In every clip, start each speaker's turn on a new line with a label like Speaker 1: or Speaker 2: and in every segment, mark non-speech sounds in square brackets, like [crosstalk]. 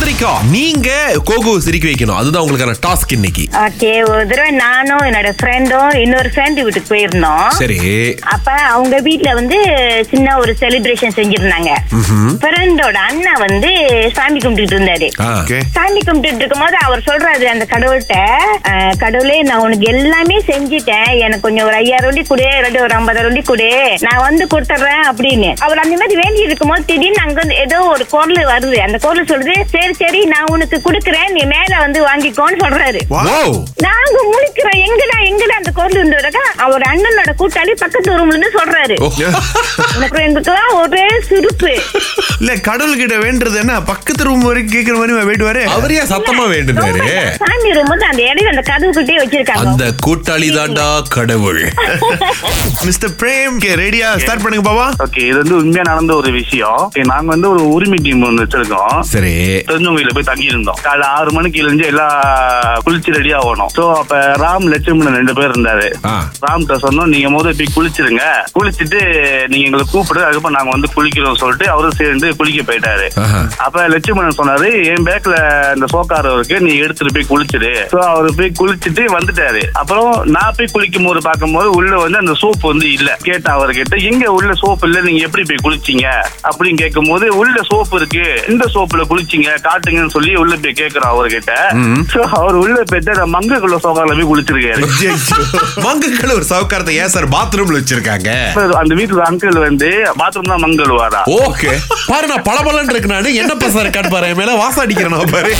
Speaker 1: சிரிக்கா நீங்க கோகு சிரிக்க வைக்கணும் அதுதான் உங்களுக்கான டாஸ்க் இன்னைக்கு
Speaker 2: ஓகே ஒரு தடவை நானும் என்னோட ஃப்ரெண்டும் இன்னொரு ஃப்ரெண்டு வீட்டுக்கு போயிருந்தோம்
Speaker 1: சரி
Speaker 2: அப்ப அவங்க வீட்ல வந்து சின்ன ஒரு செலிப்ரேஷன் செஞ்சிருந்தாங்க ஃப்ரெண்டோட அண்ணா வந்து சாமி கும்பிட்டுட்டு இருந்தாரு
Speaker 1: ஆ,
Speaker 3: ஓகே
Speaker 2: சாமி கும்பிட்டுட்டு இருக்கும்போது அவர் சொல்றாரு அந்த கடவுள்கிட்ட "அஹ், கடவுளே நான் உனக்கு எல்லாமே செஞ்சிட்டேன் எனக்கு கொஞ்சம் ஒரு ஐயாயிரம் வண்டி கொடு ரெண்டு ஒரு ஐம்பதாயிரம் வண்டி கொடு நான் வந்து கொடுத்துட்றேன் அப்படின்னு அவர் அந்த மாதிரி வேண்டி இருக்கும்போது திடீர்னு அங்க வந்து ஏதோ ஒரு குரல் வருது அந்த குரல் சொல்றது சரி சரி நான் உனக்கு கொடுக்குறேன் நீ மேல வந்து வாங்கிக்கோன்னு சொல்றாரு
Speaker 1: wow.
Speaker 2: நாங்க முழிக்கிறோம் எங்கடா எங்கடா அந்த குரல் இருந்ததுக்கா அவர் அண்ணனோட கூட்டாளி பக்கத்து ரூம்ல இருந்து சொல்றாரு
Speaker 1: ஓ.
Speaker 2: அப்புறம் எங்களுக்குலாம் ஒரே சிரிப்பு
Speaker 3: [laughs] இல்ல கடவுள் கிட்ட வேண்டுறது என்ன பக்கத்து ரூம் வரைக்கும் கேக்குற மாதிரி போயிட்டு வரே
Speaker 1: அவர் ஏன் சத்தமா வேண்டுனாரு
Speaker 2: ரொம்ப சாமி ரூம் வந்து அந்த இடையில அந்த கதவுக்குள்ளேயே வச்சிருக்காங்க
Speaker 1: அந்த கூட்டாளி தாண்டா கடவுள்
Speaker 3: மிஸ்டர் பிரேம் ரெடியா ஸ்டார்ட் பண்ணுங்க பாபா
Speaker 4: ஓகே இது வந்து உண்மையா நடந்த ஒரு விஷயம் Okay, நாங்க வந்து ஒரு உரிமை டீம் ஒன்று வச்சிருக்கோம்
Speaker 1: சரி
Speaker 4: தெரிஞ்சவங்க வீட்டுல போய் தங்கி இருந்தோம் காலைல ஆறு மணிக்கு இருந்து எல்லா குளிச்சு ரெடி ஆகணும் சோ அப்ப ராம் லட்சுமணன் ரெண்டு பேர் இருந்தாரு
Speaker 1: ஆ.
Speaker 4: ராம் கிட்ட சொன்னோம் நீங்க முதல்ல போய் குளிச்சிருங்க குளிச்சிட்டு நீங்க எங்களை கூப்பிடு அதுக்கப்புறம் நாங்க வந்து குளிக்கிறோம் சொல்லிட்டு அவரும் சேர்ந்து குளிக்க போயிட்டாரு
Speaker 1: ஆஹா.
Speaker 4: அப்ப லட்சுமணன் சொன்னாரு என் பேக்ல இந்த சோக்காரம் இருக்கு நீ எடுத்துட்டு போய் குளிச்சிடு சோ அவரு போய் குளிச்சிட்டு வந்துட்டாரு அப்புறம் நான் போய் குளிக்கும் போது பார்க்கும்போது உள்ள வந்து அந்த சோப்பு வந்து இல்ல கேட்டேன் அவர்கிட்ட எங்க உள்ள சோப்பு இல்ல நீங்க எப்படி போய் குளிச்சீங்க அப்படின்னு கேட்கும்போது உள்ள சோப்பு இருக்கு இந்த சோப்புல குளிச்சீங்க காட்டுங்கன்னு சொல்லி உள்ள போய் கேக்குறோம் அவர்கிட்ட சோ அவர் உள்ள போயிட்டு அந்த மங்கக்குள்ள சோக்காரில போய் குளிச்சிருக்காரு
Speaker 1: [laughs] மங்கக்கள் ஒரு சவுக்காரத்தை ஏன் சார் பாத்ரூம்ல வச்சிருக்காங்க
Speaker 4: அப்ப அந்த வீட்டுல அங்கிள் வந்து பாத்ரூம் தான் மங்கல் வாரா
Speaker 1: ஓகே பாரு நான் பளபளன்னு இருக்கு நானு என்ன பசங்க இருக்கான்னு பாரு என் மேல வாசம் அடிக்கிறேன் நான் பாரு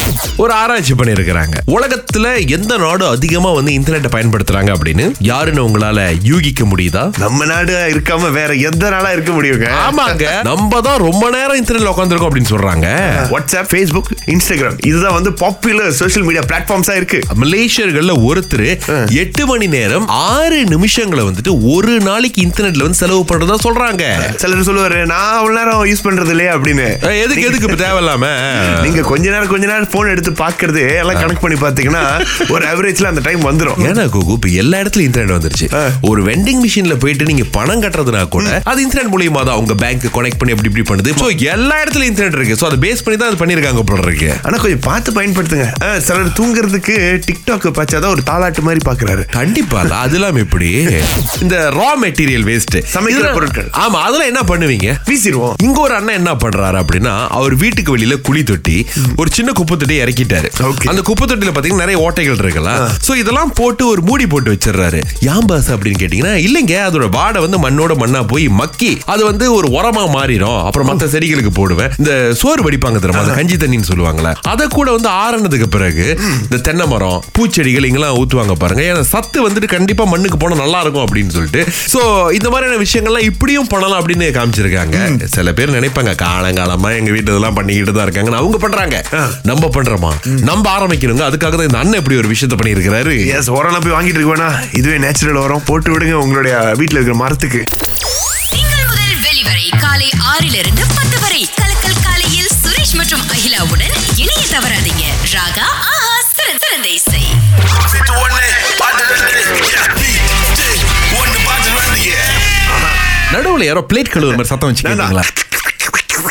Speaker 1: ஒரு ஆராய்ச்சி பண்ணியிருக்கிறாங்க உலகத்துல எந்த நாடு அதிகமா வந்து இன்டர்நெட்டை பயன்படுத்துறாங்க அப்படின்னு யாருன்னு உங்களால யூகிக்க முடியுதா
Speaker 3: நம்ம நாடு இருக்காம வேற எந்த நாளா இருக்க முடியுங்க
Speaker 1: ஆமாங்க நம்ம தான் ரொம்ப நேரம் இன்டர்நெட்ல உட்காந்துருக்கோம் அப்படின்னு சொல்றாங்க
Speaker 3: வாட்ஸ்அப் ஃபேஸ்புக் இன்ஸ்டாகிராம் இதுதான் வந்து பாப்புலர் சோஷியல் மீடியா பிளாட்ஃபார்ம்ஸா இருக்கு
Speaker 1: மலேசியர்கள்ல ஒருத்தர் எட்டு மணி நேரம் ஆறு நிமிஷங்களை வந்துட்டு ஒரு நாளைக்கு இன்டர்நெட்ல வந்து செலவு பண்றதா சொல்றாங்க
Speaker 3: சிலர் சொல்லுவாரு நான் அவ்வளவு நேரம் யூஸ் பண்றது இல்லையா அப்படின்னு
Speaker 1: அஹ் எதுக்கு எதுக்கு இப்ப தேவையில்லாம
Speaker 3: [laughs] நீங்க கொஞ்ச நேரம் கொஞ்ச நேரம் போன் எடுத்து பாக்குறது எல்லாம் கணக்கு பண்ணி பாத்தீங்கன்னா ஒரு ஆவரேஜ்ல அந்த டைம் வந்துரும்
Speaker 1: ஏன்னா கோகு இப்ப எல்லா இடத்துலயும் இன்டர்நெட் வந்துருச்சு
Speaker 3: ஆ.
Speaker 1: ஒரு வெண்டிங் மிஷின்ல போயிட்டு நீங்க பணம் கட்டுறதுனா கூட அது இன்டர்நெட் மூலியமா தான் உங்க பேங்க் கனெக்ட் பண்ணி அப்படி இப்படி பண்ணுது சோ எல்லா இடத்துலயும் இன்டர்நெட் இருக்கு சோ அதை பேஸ் பண்ணி தான் அது பண்ணிருக்காங்க போல இருக்கு
Speaker 3: ஆனா கொஞ்சம் பார்த்து பயன்படுத்துங்க ஆ, சிலர் தூங்குறதுக்கு டிக்டாக் பச்சாதான் ஒரு தாலாட்டு மாதிரி பாக்குறாரு
Speaker 1: கண்டிப்பா இல்ல. அது இல்லாம இப்படி இந்த ரா மெட்டீரியல் வேஸ்ட்
Speaker 3: சமைக்கிற பொருட்கள்.
Speaker 1: ஆமா அதெல்லாம் என்ன பண்ணுவீங்க
Speaker 3: வீசிடுவோம்
Speaker 1: இங்க ஒரு அண்ணன் என்ன பண்றாரு அப்படின்னா அவர் வீட்டுக்கு வெளியில குழி தொட்டி ஒரு சின்ன குப்பை தொட்டி இறக்கிட்டாரு
Speaker 3: Okay.
Speaker 1: அந்த குப்பை தொட்டியில பாத்தீங்கன்னா நிறைய ஓட்டைகள் இருக்குல்ல சோ இதெல்லாம் போட்டு ஒரு மூடி போட்டு வச்சிடுறாரு ஏன் பாஸ் அப்படின்னு கேட்டீங்கன்னா இல்லைங்க அதோட வாடை வந்து மண்ணோட மண்ணா போய் மக்கி அது வந்து ஒரு உரமா மாறிடும் அப்புறம் மத்த செடிகளுக்கு போடுவேன் இந்த சோறு வடிப்பாங்க தெரியுமா அந்த கஞ்சி தண்ணின்னு சொல்லுவாங்களே அதை கூட வந்து ஆறுனதுக்கு பிறகு இந்த தென்னை மரம் பூச்செடிகள் இங்கெல்லாம் ஊத்துவாங்க பாருங்க ஏன்னா சத்து வந்துட்டு கண்டிப்பா மண்ணுக்கு போனா நல்லா இருக்கும் அப்படின்னு சொல்லிட்டு சோ இந்த மாதிரியான விஷயங்கள்லாம் இப்படியும் பண்ணலாம் அப்படின்னு காமிச்சிருக்காங்க சில பேர் நினைப்பாங்க காலங்காலமா எங்க வீட்டுல இதெல்லாம் பண்ணிக்கிட்டு தான் இருக்காங்கன்னு அவங்க பண்றாங்க நம்ம பண்றோமா நம்ம ஆரம்பிக்கணுங்க அதுக்காக தான் இந்த அண்ணன் இப்படி ஒரு விஷயத்த பண்ணியிருக்கிறாரு
Speaker 3: எஸ் உரம்லாம் போய் வாங்கிட்டு இருக்க வேணாம் இதுவே நேச்சுரல் உரம் போட்டு விடுங்க உங்களுடைய வீட்டில் இருக்கிற மரத்துக்கு
Speaker 5: திங்கள் முதல் வெளிவரை காலை ஆறிலிருந்து பத்து வரை கலக்கல் காலையில் சுரேஷ் மற்றும் அகிலாவுடன் இணைய தவறாதீங்க ராகா ஆஹா சிறந்த சிறந்த இசை
Speaker 1: நடுவுல யாரோ பிளேட் கழுவுற மாதிரி சத்தம் வச்சுக்கீங்களா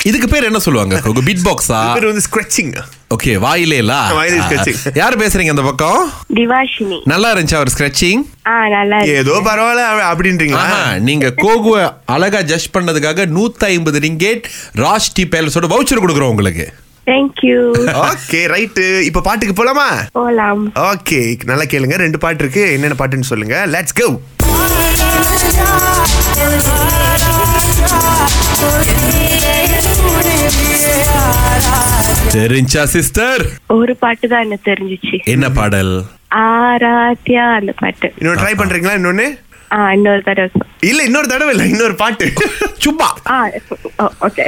Speaker 1: இதுக்கு பேர் என்ன சொல்லுவாங்க பீட் பாக்ஸா
Speaker 3: பேர் வந்து ஸ்க்ரச்சிங்
Speaker 1: ஓகே வாயிலேலா
Speaker 3: வாயிலே scratching.
Speaker 1: யார் பேசுறீங்க அந்த பக்கம்
Speaker 2: திவாஷினி
Speaker 1: நல்லா இருந்துச்சு அவர் ஸ்க்ரச்சிங்
Speaker 2: ஆ நல்லா
Speaker 3: ஏதோ பரவாயில்ல அவ- அப்படின்றீங்களா
Speaker 1: ஆஹா, நீங்க கோகுவ அழகா ஜட்ஜ் பண்ணதுக்காக 150 ஐம்பது ரிங்கேட் ராஜ் டி பேலஸோட வவுச்சர் கொடுக்குறோம் உங்களுக்கு
Speaker 2: தேங்க்யூ
Speaker 3: ஓகே ரைட்டு இப்ப பாட்டுக்கு போலாமா
Speaker 2: போலாம்
Speaker 3: ஓகே நல்லா கேளுங்க ரெண்டு பாட்டு இருக்கு என்னென்ன பாட்டுன்னு சொல்லுங்க லெட்ஸ் கோ
Speaker 1: தெரிஞ்சா சிஸ்டர்
Speaker 2: ஒரு பாட்டு தான் எனக்கு தெரிஞ்சிச்சு
Speaker 1: என்ன பாடல்
Speaker 2: ஆராத்தியா அந்த பாட்டு
Speaker 3: இன்னொரு ட்ரை பண்றீங்களா இன்னொன்னு
Speaker 2: ஆ இன்னொரு தடவை
Speaker 3: இல்ல இன்னொரு தடவை இல்ல இன்னொரு பாட்டு
Speaker 1: சும்மா
Speaker 2: ஆ ஓகே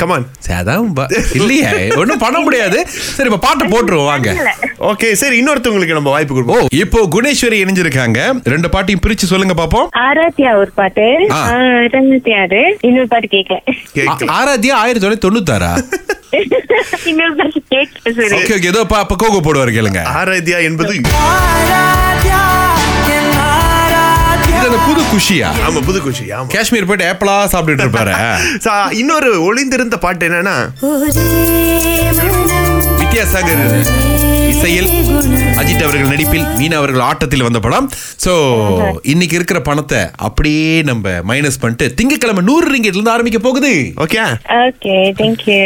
Speaker 3: கமான்
Speaker 1: சரி, அதான் ப- இல்லையே ஒண்ணும் பண்ண முடியாது சரி இப்ப பாட்டு போட்டுருவோம் வாங்க
Speaker 3: ஓகே சரி இன்னொருத்தவங்களுக்கு நம்ம வாய்ப்பு
Speaker 1: ஓ
Speaker 3: கொடுப்போம்
Speaker 1: இப்போ குணேஸ்வரி இணைஞ்சிருக்காங்க ரெண்டு பாட்டையும் பிரிச்சு சொல்லுங்க பாப்போம்
Speaker 2: ஆராத்தியா ஒரு பாட்டு
Speaker 1: ஆ.
Speaker 2: ஆராத்தியாரு இன்னொரு பாட்டு கேட்க
Speaker 3: கேட்கலாம்.
Speaker 1: ஆராத்தியா ஆயிரத்தி தொள்ளாயிரத்தி தொண்ணூத்தாறா
Speaker 2: இன்னொரு பாட்டு கேட்க சரி
Speaker 1: ஓகே ஓகே ஏதோ பா- அப்ப கோகோ போடுவார் கேளுங்க
Speaker 3: ஆராய்தியா என்பது
Speaker 1: இது அந்த புது குஷியா
Speaker 3: ஆமா புது குஷி ஆமா
Speaker 1: காஷ்மீர் போயிட்டு ஏப்பலா சாப்பிட்டுட்டு இருப்பாரு
Speaker 3: So, இன்னொரு ஒளிந்திருந்த பாட்டு என்னன்னா
Speaker 6: ஒரே மனம்
Speaker 1: வித்யாசாகர் இசையில் அஜித் அவர்கள் நடிப்பில் மீனா அவர்கள் ஆட்டத்தில் வந்த படம் ஸோ இன்னைக்கு இருக்கிற பணத்தை அப்படியே நம்ம மைனஸ் பண்ணிட்டு திங்கக்கிழமை நூறு ரிங்கெட்ல இருந்து ஆரம்பிக்க போகுது
Speaker 3: ஓகே
Speaker 2: ஓகே தேங்க்யூ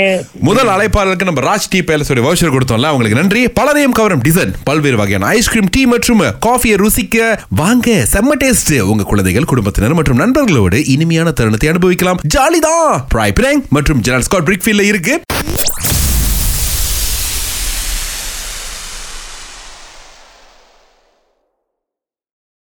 Speaker 1: முதல் அழைப்பாளருக்கு நம்ம ராஜ் டீ பேலஸோட வவுச்சர் கொடுத்தோம்ல அவங்களுக்கு நன்றி பலரையும் கவரும் டிசைன் பல்வேறு வகையான ஐஸ்கிரீம் டீ மற்றும் காஃபியை ருசிக்க வாங்க செம்ம டேஸ்ட் உங்க குழந்தைகள் குடும்பத்தினர் மற்றும் நண்பர்களோடு இனிமையான தருணத்தை அனுபவிக்கலாம் ஜாலிதான் பிராய் பிராங் மற்றும் ஜெனரல் ஸ்காட் பிரிக்ஃபீல்ட்ல இருக்கு